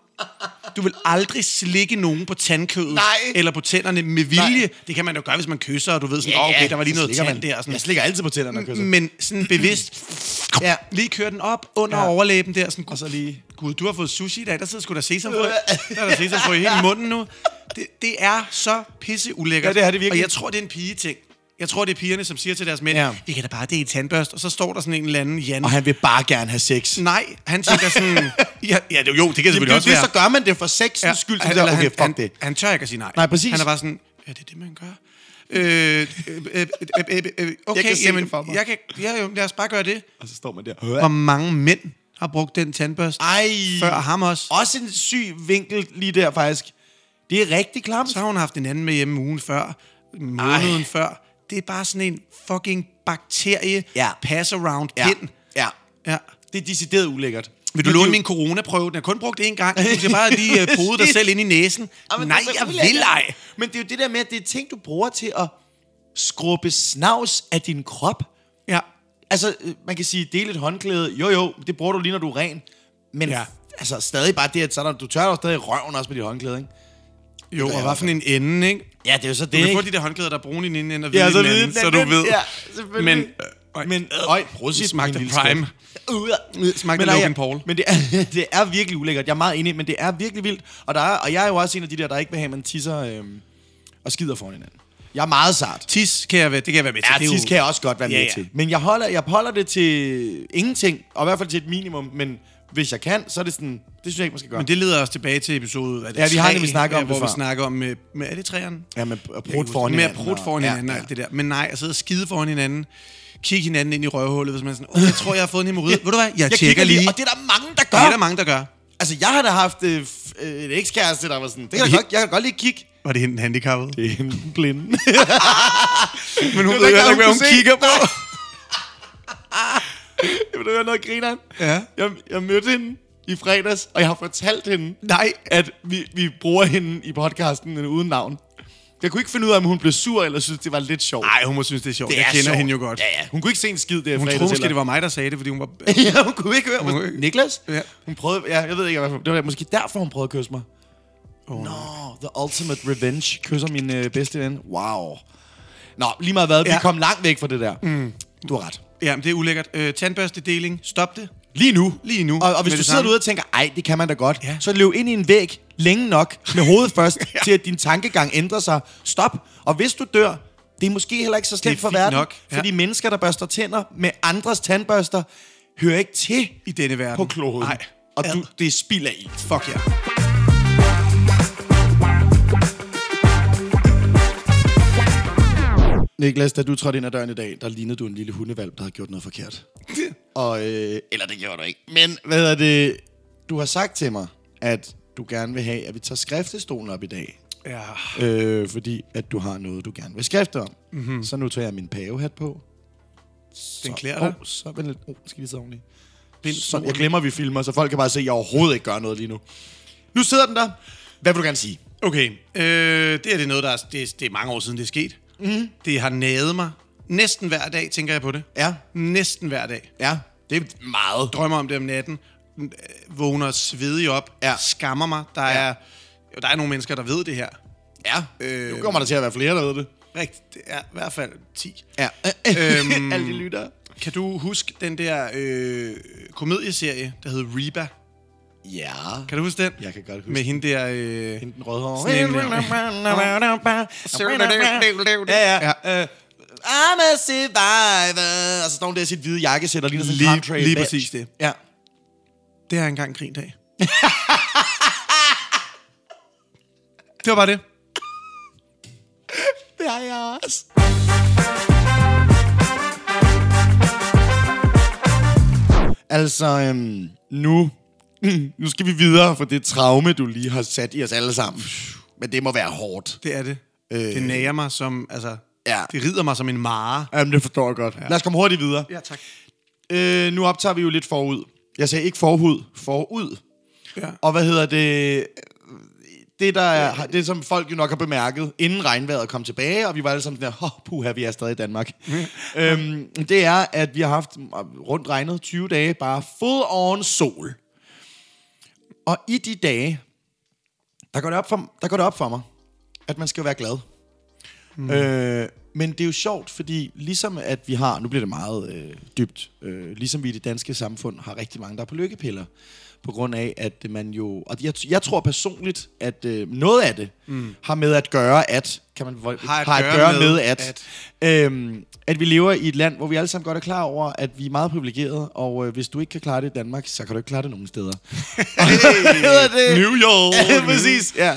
Du vil aldrig slikke nogen på tandkødet Nej. eller på tænderne med vilje. Nej. Det kan man jo gøre, hvis man kysser, og du ved sådan, ja, okay, der var lige så noget slikker tand man. der. Og sådan. Jeg slikker altid på tænderne, og kysser. Men sådan bevidst, ja. Ja. lige køre den op under ja. Ja. overlæben der. Sådan, og så lige- Gud, du har fået sushi i dag, der sidder sgu da sesamfrø. Der er der sesamfrø i hele munden nu. Det, det er så pisseulækkert. Ja, det er det Og virkelig. jeg tror, det er en pigeting. Jeg tror, det er pigerne, som siger til deres mænd, ja. Ja. vi kan da bare det i tandbørst. Og så står der sådan en eller anden Jan. Og han vil bare gerne have sex. Nej, han tænker sådan... ja, ja, jo, jo, det kan selvfølgelig Jamen, det, også det, være. så gør man det for sexens ja. skyld. Så han- det er, eller okay, han, fuck han, det. Han tør ikke at sige nej. Nej, præcis. Han er bare sådan, ja, det er det, man gør. Øh, øh, øh, øh, øh, øh, okay, kan se jamen, det for mig. Jeg kan, ja, jo, lad os bare gøre det. Og så står man der. Hvor mange mænd har brugt den tandbørste Ej. før ham også? Også en syg vinkel lige der, faktisk. Det er rigtig klamt. Så har hun haft en anden med hjemme ugen før, måneden Ej. før. Det er bare sådan en fucking bakterie Ja. pass around Ja. pind. ja. Ja. Det er decideret ulækkert. Vil du Men låne det er min coronaprøve? Den er kun brugt én gang. Du skal bare lige øh, pode dig selv ind i næsen. jo- Jamen, Nej, det er så jeg vil ulækkert. ej. Men det er jo det der med, at det er ting, du bruger til at skrubbe snavs af din krop. Ja. Altså, øh, man kan sige, dele et håndklæde. Jo, jo, det bruger du lige, når du er ren. Men Ja. ja. altså, stadig bare det, at så er der, du tør jo stadig røven også med dit håndklæde, ikke? Jo, Det gør og jeg hvad for en ende, ikke? Ja, det er jo så det, Du kan få ikke? de der håndklæder, der er brune i den ene ende og hvide ja, ja, så i den anden, vide, så du ved. Ja, Men, selvfølgelig. øh, Men, øh, øj, prøv det at smagte prime. Smagte nej, Logan ja, Paul. Men det er, det er virkelig ulækkert. Jeg er meget enig, men det er virkelig vildt. Og, der er, og jeg er jo også en af de der, der ikke vil have, at man tisser øhm, og skider foran hinanden. Jeg er meget sart. tis kan jeg være, det kan jeg være med til. Ja, Det er tis jo- kan jeg også godt være med Ja, ja, ja. ja. til. Men jeg holder, jeg holder det til ingenting, og i hvert fald til et minimum. Men hvis jeg kan, så er det sådan, det synes jeg ikke, man skal gøre. Men det leder os tilbage til episode hvad er det, Ja, vi har tre, nemlig snakket om øh, hvor det vi før. snakker om, med, med, er det træerne? ja, men at prutte foran med at hinanden. prutte og- foran hinanden og alt det der. Men nej, at sidde og skide foran hinanden, kigge hinanden ind i røvhullet, hvis man er sådan, oh, jeg tror, jeg har fået en hemorrid. Ved du hvad, jeg, Jeg tjekker lige. Og det er der mange, der Det gør. er der mange, der gør. Altså, jeg har da haft øh, f- øh, en ekskæreste, der var sådan, det kan jeg, Vi- godt, jeg kan godt lige kigge. Var det hende den handicappede? Det er hende blinde. Men hun Det ved er jo der heller ikke, ikke, hvad hun hun kunne se. kigger på. Vil du høre noget, grineren? Ja. Jeg, jeg mødte hende i fredags, og jeg har fortalt hende, Nej. at vi, vi bruger hende i podcasten øh, uden navn. Jeg kunne ikke finde ud af, om hun blev sur, eller synes, det var lidt sjovt. Nej, hun må synes, det er sjovt. Det jeg er kender sjovt. hende jo godt. Ja, ja. Hun kunne ikke se en skid der i Hun fredags troede måske, heller. det var mig, der sagde det, fordi hun var ja, hun kunne ikke høre. Hun var sådan, kunne ikke- Niklas? Ja. Hun prøvede, ja, jeg ved ikke, hvad det var måske derfor, hun prøvede at kysse mig. Oh. Nå, no, the ultimate revenge. Kysser min øh, bedste ven. Wow. Nå, lige meget hvad, Ja. vi kom langt væk fra det der. Mm. Du har ret. Ja, men det er ulækkert. Øh, tandbørstedeling, stop det. Lige nu. Lige nu. Og, og hvis Med det du sidder samme. derude og tænker, ej, det kan man da godt, Ja. ja. så løb ind i en væg længe nok med hovedet først, ja. til at din tankegang ændrer sig. Stop. Og hvis du dør, det er måske heller ikke så slemt er for fint verden, nok, ja. fordi mennesker, der børster tænder med andres tandbørster, hører ikke til I denne verden. på kloden. Nej. Og du, det er spild af ild. Fuck ja. Niklas, da du trådte ind ad døren i dag, der lignede du en lille hundevalp, der havde gjort noget forkert. Og, øh, eller det gjorde du ikke. Men hvad er det? Du har sagt til mig, at du gerne vil have, at vi tager skriftestolen op i dag. Ja. Øh, fordi at du har noget, du gerne vil skrifte om. Mm-hmm. Så nu tager jeg min pavehat på. Den klæder Åh, dig. oh, så vent lidt. Oh, skal vi sidde ordentligt? Pind Så, jeg glemmer, vi filmer, så folk kan bare se, at jeg overhovedet ikke gør noget lige nu. Nu sidder den der. Hvad vil du gerne sige? Okay, øh, det er det noget, der er, det, det er mange år siden, det er sket. Mm. Det har naget mig. Næsten hver dag tænker jeg på det. Mhm. Ja. Næsten hver dag. Ja, det er meget. Drømmer om det om natten. Øh, Vågner svedig op. Ja. Skammer mig. Der, Ja. er, der er nogle mennesker, der ved det her. Ja, øh, nu kommer der til at være flere, der ved det. Rigtigt. Det er i hvert fald 10. Ja. Øhm. Øhm. Alle de lyttere. Kan du huske den der øh, komedieserie, der hed Reba? Ja. Kan du huske den? Jeg kan godt huske Med hende der... Øh, Hende den rødhårede. Sådan en er Ja, ja. Øh, I'm a survivor. Og så står hun der i sit hvide jakkesæt og ligner sådan en Lige- country lige bitch. præcis det. Ja. Det har jeg engang grint af. det var bare det. Det har jeg også. Altså, øhm, nu, nu skal vi videre for det traume, du lige har sat i os alle sammen. Men det må være hårdt. Det er det. Øh, det nager mig som... Altså, Ja. Det rider mig som en mare. Jamen, det forstår jeg godt. Ja. Lad os komme hurtigt videre. Ja, tak. Øh, nu optager vi jo lidt forud. Jeg sagde ikke forhud, forud. Ja. Og hvad hedder det? Det, der er, det, som folk jo nok har bemærket, inden regnvejret kom tilbage, og vi var alle sammen sådan der, oh, puha, vi er stadig i Danmark. øhm, det er, at vi har haft rundt regnet 20 dage bare full on sol. Og i de dage, der går det op for, der går det op for mig, at man skal jo være glad. Mm. Øh, men det er jo sjovt, fordi ligesom at vi har, nu bliver det meget øh, dybt, øh, ligesom vi i det danske samfund har rigtig mange, der er på lykkepiller, på grund af, at man jo, og jeg, jeg tror personligt, at øh, noget af det mm. har med at gøre at, kan man vo- Har at har at gøre gøre med med at, at. Øhm, at vi lever i et land, hvor vi alle sammen godt er klar over, at vi er meget privilegerede, og øh, hvis du ikke kan klare det i Danmark, så kan du ikke klare det nogen steder. Hvad hedder det? New York. Ja, præcis, ja.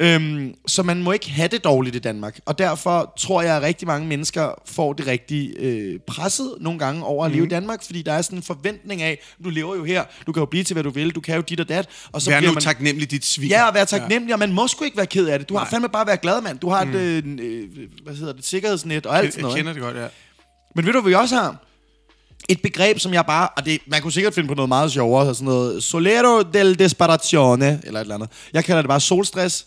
Øhm, så man må ikke have det dårligt i Danmark. Og derfor tror jeg, at rigtig mange mennesker får det rigtig øh, presset nogle gange over at leve Mhm. i Danmark, fordi der er sådan en forventning af, du lever jo her, du kan jo blive til, hvad du vil, du kan jo dit og dat. Og så Vær bliver nu man... taknemmelig dit svig. Ja, og være taknemmelig, og man må sgu ikke være ked af det. Du har fandme bare været glad, mand. Du har mm. et, øh, en, øh, hvad hedder det, sikkerhedsnet og alt Jeg, sådan jeg noget. kender det godt, ja. Men ved du, hvad vi også har? Et begreb, som jeg bare... Og det, man kunne sikkert finde på noget meget sjovere. så Sådan noget solero del desperazione, eller et eller andet. Jeg kalder det bare solstress.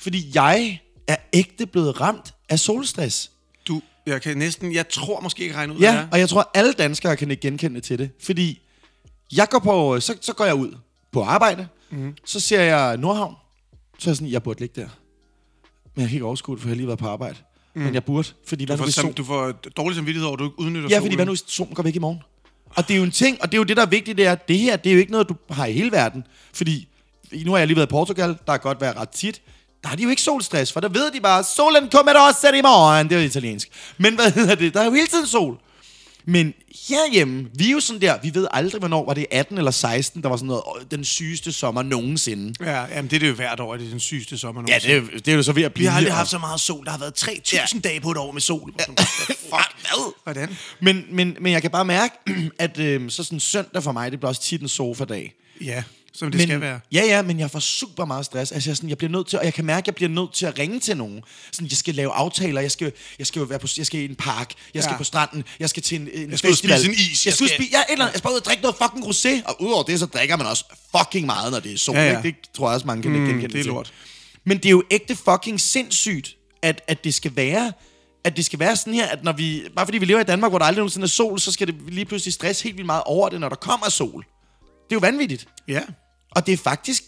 Fordi jeg er ægte blevet ramt af solstress. Du, jeg kan næsten... Jeg tror måske ikke regne ud, hvad Ja, det er. og jeg tror, alle danskere kan ikke genkende til det. Fordi jeg går på... Så, så går jeg ud på arbejde. Mhm. Mm. Så ser jeg Nordhavn. Så er jeg sådan, jeg burde ligge der. Men jeg kan ikke overskue det, for jeg har lige været på arbejde. Mm. Men jeg burde, fordi hvad nu For, hvis som, solen du får dårlig samvittighed over, at du ikke udnytter Ja, solen. fordi hvad nu, hvis solen går væk i morgen? Og det er jo en ting, og det er jo det, der er vigtigt, det er, at det her, det er jo ikke noget, du har i hele verden. Fordi nu har jeg lige været i Portugal, der er godt været ret tit. Der har de jo ikke solstress, for der ved de bare, solen kommer også i morgen. Det er jo italiensk. Men hvad hedder det? Der er jo hele tiden sol. Men herhjemme, vi er jo sådan der, vi ved aldrig, hvornår var det 18 eller 16, der var sådan noget, "Åh, den sygeste sommer nogensinde. Ja, jamen, det er det jo hvert år, at det er den sygeste sommer Ja, det, er- det er jo så ved at blive. Vi har aldrig og- haft så meget sol. Der har været 3.000 ja. dage på et år med sol. Fuck, hvad? Hvordan? men, men, men jeg kan bare mærke, at øh, så sådan søndag for mig, det bliver også tit en sofa-dag. Ja, som det men, skal være. Ja, ja, men jeg får super meget stress. Altså, jeg, er sådan, jeg bliver nødt til, og jeg kan mærke, at jeg bliver nødt til at ringe til nogen. Sådan, jeg skal lave aftaler, jeg skal, jeg skal, jo være på, jeg skal i en park, jeg skal Ja. på stranden, jeg skal til en, en jeg skal ud og festival. spise en is, Jeg, jeg skal, skal- skal... Spise, ja, et eller andet, jeg skal bare ud og drikke noget fucking rosé. Og udover det, så drikker man også fucking meget, når det er sol. Ja, Ja, ja. ja. Ikke? Det tror jeg også, mange kan mm, genkende det er til. lort. Men det er jo ægte fucking sindssygt, at, at det skal være at det skal være sådan her, at når vi, bare fordi vi lever i Danmark, hvor der aldrig nogensinde er sol, så skal det lige pludselig stress helt vildt meget over det, når der kommer sol. Det er jo vanvittigt. Ja. Og det er faktisk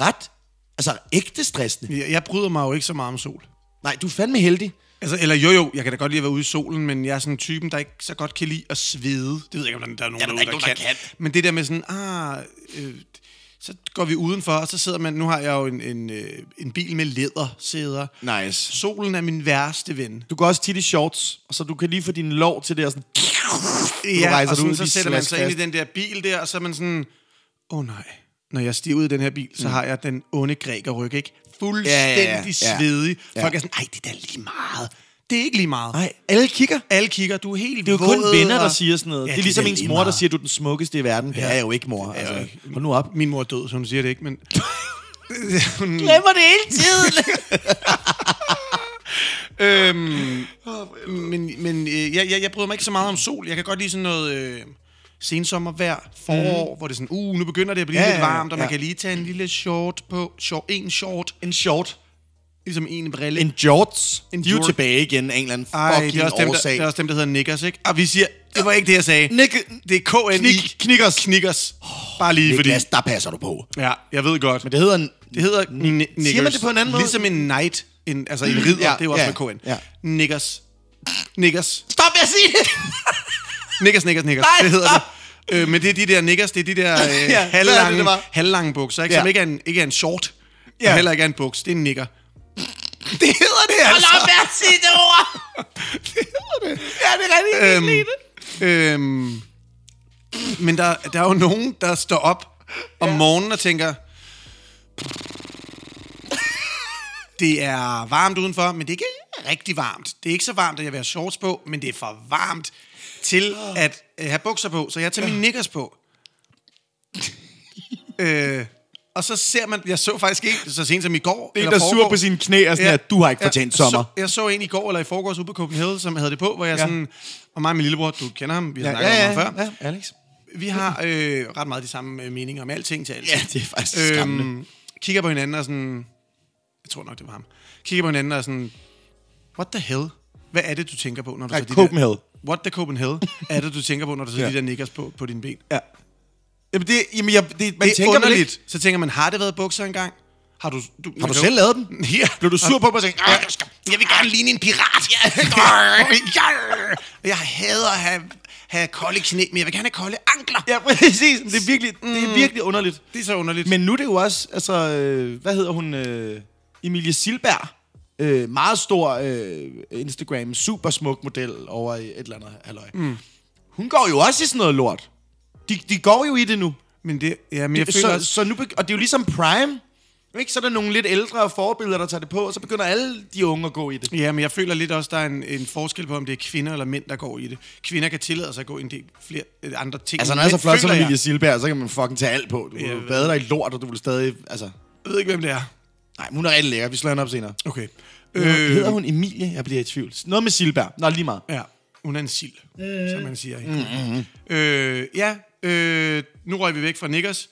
ret, altså ægte stressende. Jeg, jeg bryder mig jo ikke så meget om sol. Nej, du er fandme heldig. Altså, eller jo jo, jeg kan da godt lide at være ude i solen, men jeg er sådan typen, der ikke så godt kan lide at svede. Det ved jeg ikke, om der, der er nogen, Ja, der er derude, ikke nogen, der Men det der med sådan, ah, øh, så går vi udenfor, og så sidder man, nu har jeg jo en, en, øh, en bil med lædersæder. Nice. Solen er min værste ven. Du går også tit i shorts, og så du kan lige få din lov til det og sådan... Ja, rejser og du sådan, ud, så de sætter man sig slasker ind i den der bil der, og så er man sådan, åh oh, nej, når jeg stiger ud i den her bil, så har jeg den onde græker ryg, ikke? Fuldstændig ja, ja, ja. svedig. Ja. Folk er sådan, ej, det er da lige meget. Det er ikke lige meget. Nej, alle kigger. Alle kigger, du er helt Det er jo kun venner, der siger sådan noget. Ja, det er ligesom da ens lige mor, der meget. siger, du er den smukkeste i verden. Det er jeg jo ikke, mor. er jeg Altså, ikke. hold nu op. Min mor er død, så hun siger det ikke, men... Glemmer er det hele tiden. øhm, men men øh, jeg, jeg, jeg bryder mig ikke så meget om sol. Jeg kan godt lide sådan noget... Øh, sensommervejr, forår, mm. hvor det er sådan, uh, nu begynder det at blive Ja, ja, ja, lidt ja, varmt, og man ja. kan lige tage en lille short på, short, en short, en short. ligesom en brille. En jorts. En En de er jo jort. tilbage igen af en eller anden Ej, fucking det er, også dem, der, årsag. det er også dem, der hedder Nickers, ikke? Og vi siger, det var ikke det, jeg sagde. Nick- det er KNI. Knik- Knickers. Knickers. Bare lige fordi... Niklas, der passer du på. Ja, jeg ved godt. Men det hedder en... Det hedder Nickers. Siger man det på en anden måde? Ligesom en knight, en, altså en ridder, Ja, det er jo også ja, med KN. ja. Nickers. Nickers. Stop med at sige det! Nickers, Nickers, Nickers. Nej, det hedder stop! det. Øh, men det er de der Nickers, det er de der øh, Ja, ja, hvad er det, det halvlange, var? halvlange bukser, ikke? Ja. som ikke er en, ikke er en short, ja. Ja. og heller ikke er en buks. Det er en nicker. Det hedder det, altså! Hold op med at sige det ord! Ja, det er rigtig Øhm, øhm, men der, der er jo nogen, der står op om ja. morgenen og tænker, det er varmt udenfor, men det er ikke rigtig varmt. Det er ikke så varmt, at jeg vil have shorts på, men det er for varmt til at øh, have bukser på, så jeg tager mine nikkers på. øh, og så ser man, jeg så faktisk ikke så sent som i går. Det er en, eller der er sur forgår- på sine knæ og sådan, ja. at du har ikke fortjent jeg sommer. Så, jeg så en i går, eller i forgårs ude på Copenhagen, som havde det på, hvor jeg Ja. ja. sådan... Og mig og min lillebror, du kender ham, vi har ja, snakket om ham før. Ja. Alex. Vi har øh, ret meget de samme øh, meninger om alting til alt. Ja, det er faktisk skræmmende. kigger på hinanden og sådan... Jeg tror nok, det var ham. Kigger på hinanden og sådan... What the hell? Hvad er det, du tænker på, når du Ja, tager de Copenhagen. der... What the Copenhagen? er det, du tænker på, når du tager Ja. de der nikkers på, på dine ben? Ja. Jamen, det, jamen jeg, det, man det er tænker vel underligt. ikke- Så tænker man, har det været bukser engang? Har du, du, Har du selv lavet den? Ja. Blev du sur på mig og tænkte, "Ah, Jeg vil gerne ligne en pirat. jeg hader at have, have kolde knæ, men jeg vil gerne have kolde ankler. Ja, præcis. Det er virkelig, det er virkelig underligt. Det er så underligt. Men nu er det jo også, altså, øh, hvad hedder hun? Øh, Emilie Silberg. Øh, meget stor øh, Instagram, super smuk model over i et eller andet halløj. Mm. Hun går jo også i sådan noget lort. De, de går jo i det nu. men det, ja, men jeg Det, føler så, også, så nu begy- og det er jo ligesom Prime. Ikke? Så er der nogle lidt ældre forbilleder, der tager det på, og så begynder alle de unge at gå i det. ja, men jeg føler lidt også, der er en, en forskel på, om det er kvinder eller mænd, der går i det. Kvinder kan tillade sig at gå i en del flere øh, andre ting. Altså, når Mænd jeg er så flot som føler jeg- Emilie Silberg, så kan man fucking tage alt på. Du Ja, kan ved bade dig i lort, og du vil stadig... Altså, Jeg ved ikke, hvem det er. nej, hun er rigtig lækker. Vi slår hende op senere. Okay. Øh. Hedder Øh, hun Emilie? Jeg bliver i tvivl. Noget med Silberg. Nå, lige meget. ja, hun er en sild, som man siger. Mm-hmm. Øh, ja, øh, nu røg vi væk fra Nickers.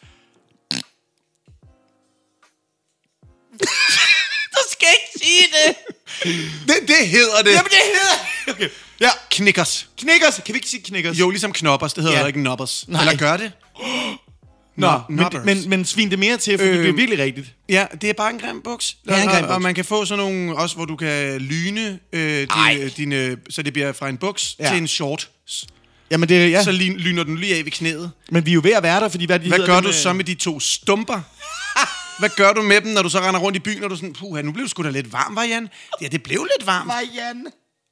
Du skal ikke sige det! Det, det hedder det. Jamen, det hedder... Okay. Ja, Knickers. knikkers. Kan vi ikke sige knikkers? Jo, ligesom knoppers. Det hedder Ja. ja. ikke knoppers. Nej. Eller gør det? Nå, Nå, men, knoppers. men, men svin det mere til, for øh. Øh. det er virkelig rigtigt. Ja, det er bare en grim buks. er en Og- grim og, buks. og man kan få sådan nogle, også hvor du kan lyne øh, Ej. dine, dine, så det bliver fra en buks Ja. ja. til en short. S- Jamen, det er... Ja. Så lyn, lyner den lige af ved knæet. men vi er jo ved at være der, fordi hvad, er det, de Hvad hedder, gør dem, du øh, så med de to stumper? Hvad gør du med dem, når du så render rundt i byen, og du er sådan, puha, nu blev det sgu da lidt varmt, var Jan? Ja, det blev lidt øh, varmt. Marianne.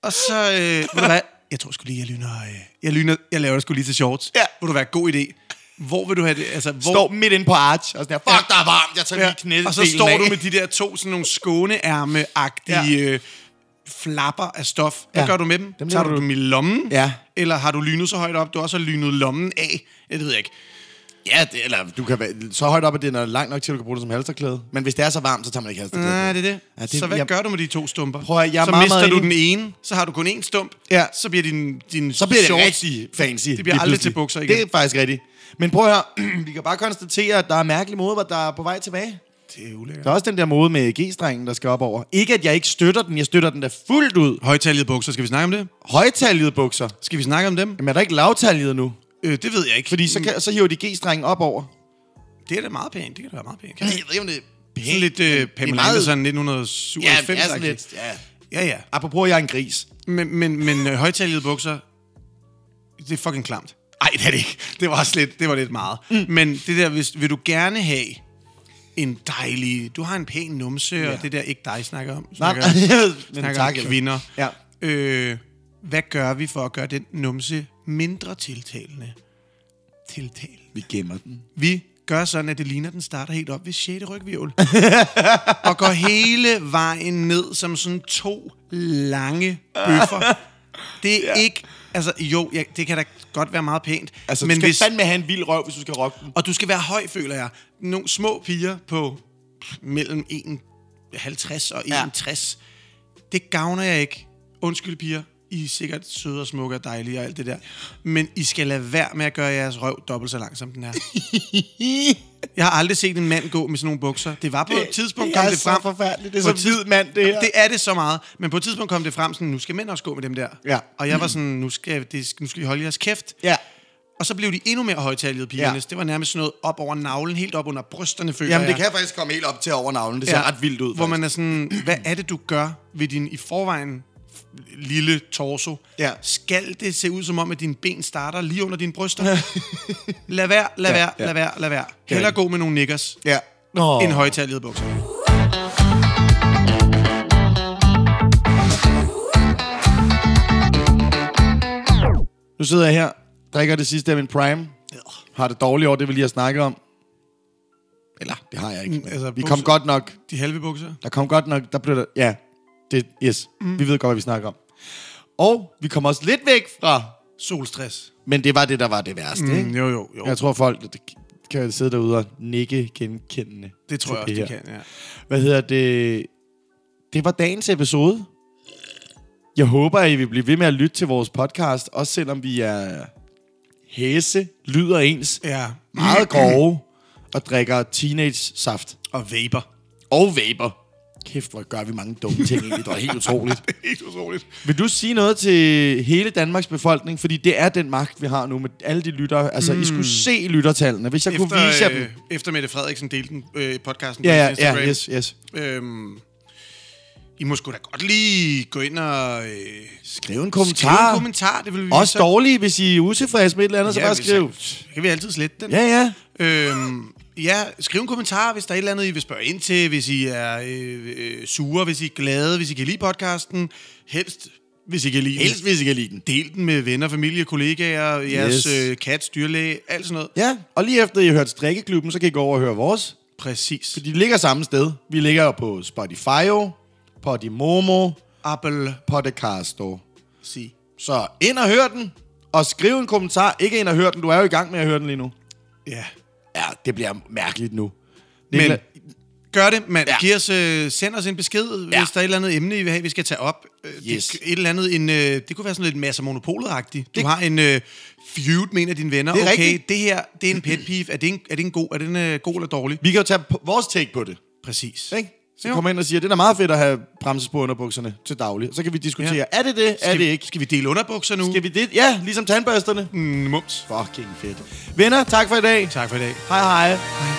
Og så, øh, ved du hvad, jeg tror sgu lige, jeg lyner, øh, jeg lyner, jeg laver det sgu lige til shorts. Ja. Vil du være god idé? Hvor vil du have det? Altså, hvor, Står midt inde på arch, og sådan her, fuck, der er varmt, jeg tager ja. Ja. lige knædelen Og så står af. du med de der to sådan nogle skåneærme-agtige ja. øh, flapper af stof. Hvad Ja. ja. gør du med dem? Dem dem Tager lægger du du- dem i lommen? Ja. Eller har du lynet så højt op, du også har lynet lommen af? Ja, det ved jeg ikke. Ja, det, eller du kan være så højt op, at det er langt nok til, at du kan bruge det som halsterklæde. Men hvis det er så varmt, så tager man ikke halsterklæde Nej, på. Ah, det er det. Ja, Ja, det- det så hvad jeg- jeg... gør du med de to stumper? Prøv at- jeg er så meget, mister meget du den ene, så har du kun én stump. Ja. Så bliver din, din Så bliver det shorts... rigtig fancy. Det bliver aldrig pludselig. til bukser igen. Det er faktisk rigtigt. Men prøv at høre, vi kan bare konstatere, at der er mærkelige moder, der er på vej tilbage. Det er ulækkert. Der er også den der mode med G-strengen, der skal op over. Ikke at jeg ikke støtter den, jeg støtter den der fuldt ud. Højtaljede bukser, skal vi snakke om det? Højtaljede bukser. Skal vi snakke om dem? Jamen er der ikke lavtaljede nu? Øh, det ved jeg ikke. Mm, Fordi så, kan, så hiver de G-strengen op over. Det er da meget pænt. Det kan da være meget pænt. Kan Jeg det? ved ikke, om det er Sådan lidt øh, Pamela meget- Andersen Ja, 1997. det er sådan lidt. Ja. Ja, ja. Apropos, jeg er en gris. Men, men, men øh, højtalede bukser, det er fucking klamt. Nej, det er det ikke. Det var også lidt, det var lidt meget. Mm. Men det der, hvis, vil du gerne have en dejlig... Du har en pæn numse, ja. og det der ikke dig snakker om. Snakker, men snakker tak, om eller- kvinder. Ja. Øh, hvad gør vi for at gøre den numse mindre tiltalende? Tiltalende. Vi gemmer den. Vi gør sådan, at det ligner, at den starter helt op ved 6. rygvirvel. og går hele vejen ned som sådan to lange bøffer. Det er ja. ikke... Altså, jo, ja, det kan da godt være meget pænt. Altså, men du skal hvis... fandme have en vild røv, hvis du skal rocke den. Og du skal være høj, føler jeg. Nogle små piger på mellem 1,50 og 1,60. Ja. Det gavner jeg ikke. Undskyld, piger. I er sikkert søde og smukke og dejlige og alt det der. Men I skal lade være med at gøre jeres røv dobbelt så lang, som den er. Jeg har aldrig set en mand gå med sådan nogle bukser. Det var på et tidspunkt, kom det frem. forfærdeligt. Det På er et så tids- hvid mand, det her. Det er det så meget. Men på et tidspunkt kom det frem, sådan, nu skal mænd også gå med dem der. Ja. Og jeg var sådan, nu skal, det, nu skal I holde jeres kæft. Ja. Og så blev de endnu mere højtalede, pigerne. Ja. Ja. Det var nærmest sådan noget op over navlen, helt op under brysterne, føler Jamen, jeg. det kan faktisk komme helt op til over navlen. Det ser ret vildt ud, Hvor faktisk. man er sådan, hvad er det, du gør ved din i forvejen f- lille torso? Ja. Skal det se ud som om, at dine ben starter lige under dine bryster? lad være, lad Ja, være, ja. lad være, lad være. Heller gå med nogle niggers, Ja. Nå. end højtalede bukser. Nu sidder jeg her, drikker det sidste af min Prime. Har det dårligt over det, vi lige har snakket om. Eller, det har jeg ikke. Men altså, altså, vi bukser- kom godt nok. De halve bukser. Der kom godt nok. Der blev der... Ja, det, yes. Mm. Vi ved godt, hvad vi snakker om. Og vi kom også lidt væk fra... Solstress. Men det var det, der var det værste, mm. ikke? Mm, jo, jo, jo. Jeg tror, folk det kan sidde derude og nikke genkendende. det tror jeg også, til de her. kan, ja. Hvad hedder det? Det var dagens episode. Jeg håber, at I vil blive ved med at lytte til vores podcast, også selvom vi er hæse, lyder ens, Ja. meget grove og drikker teenage-saft. Og vaper. Og vaper. Kæft, hvor gør vi mange dumme ting egentlig. Det var helt utroligt. Helt utroligt. Vil du sige noget til hele Danmarks befolkning? Fordi det er den magt, vi har nu med alle de lyttere. Altså, mm. I skulle se lyttertallene, hvis jeg Efter, kunne vise Efter, jer dem. øh, efter Mette Frederiksen delte den, øh, podcasten på Ja, sin ja, Instagram. ja, yes, yes. Øhm, I må sgu da godt lige gå ind og øh, Skriv en skrive en kommentar. kommentar. Det vil vi Mm. Også dårlige, hvis I er utilfredse med et eller andet, Altså- ja, så bare hvis- skriv. Så kan vi altid slette den. Ja, ja. Øhm, ja, skriv en kommentar, hvis der er et eller andet, I vil spørge ind til. Hvis I er øh, øh, sure, hvis I er glade, hvis I kan lide podcasten. Helst, hvis I kan lide den. Helst, hvis I kan lide den. Del den med venner, familie, kollegaer, jeres Yes. øh, kat, styrlæge, alt sådan noget. Ja, og lige efter I har hørt strikkeklubben, så kan I gå over og høre vores. Præcis. De ligger samme sted. Vi ligger jo på Spotify, Podimomo, Apple. Podcasto. Sig. Så ind og hør den, og skriv en kommentar. Ikke ind og hør den, du er jo i gang med at høre den lige nu. Ja. Ja, det bliver mærkeligt nu. Men Nikla- gør det, mand. Ja. Ja. Giv os, øh, send os en besked, ja. Ja. hvis der er et eller andet emne, I vil have, vi skal tage op. Øh, Yes. Det, et eller andet, en, øh, det kunne være sådan lidt masse monopolet-agtigt. Du Det- har en øh, feud med en af dine venner. Det er okay, rigtigt. det her, det er en pet peeve. Er det en, er det en god, er den øh, god eller dårlig? vi kan jo tage p- vores take på det. Præcis. Ikke? Så Jo. kommer jeg ind og siger, det er da meget fedt at have bremses på underbukserne til daglig. Så kan vi diskutere, Ja. ja. er det det, er Skal, det ikke? Skal vi dele underbukser nu? Skal vi det? Ja, ligesom tandbørsterne. vi... Mums. Fucking fedt. Venner, tak for i dag. Tak for i dag. Hej hej. Hej.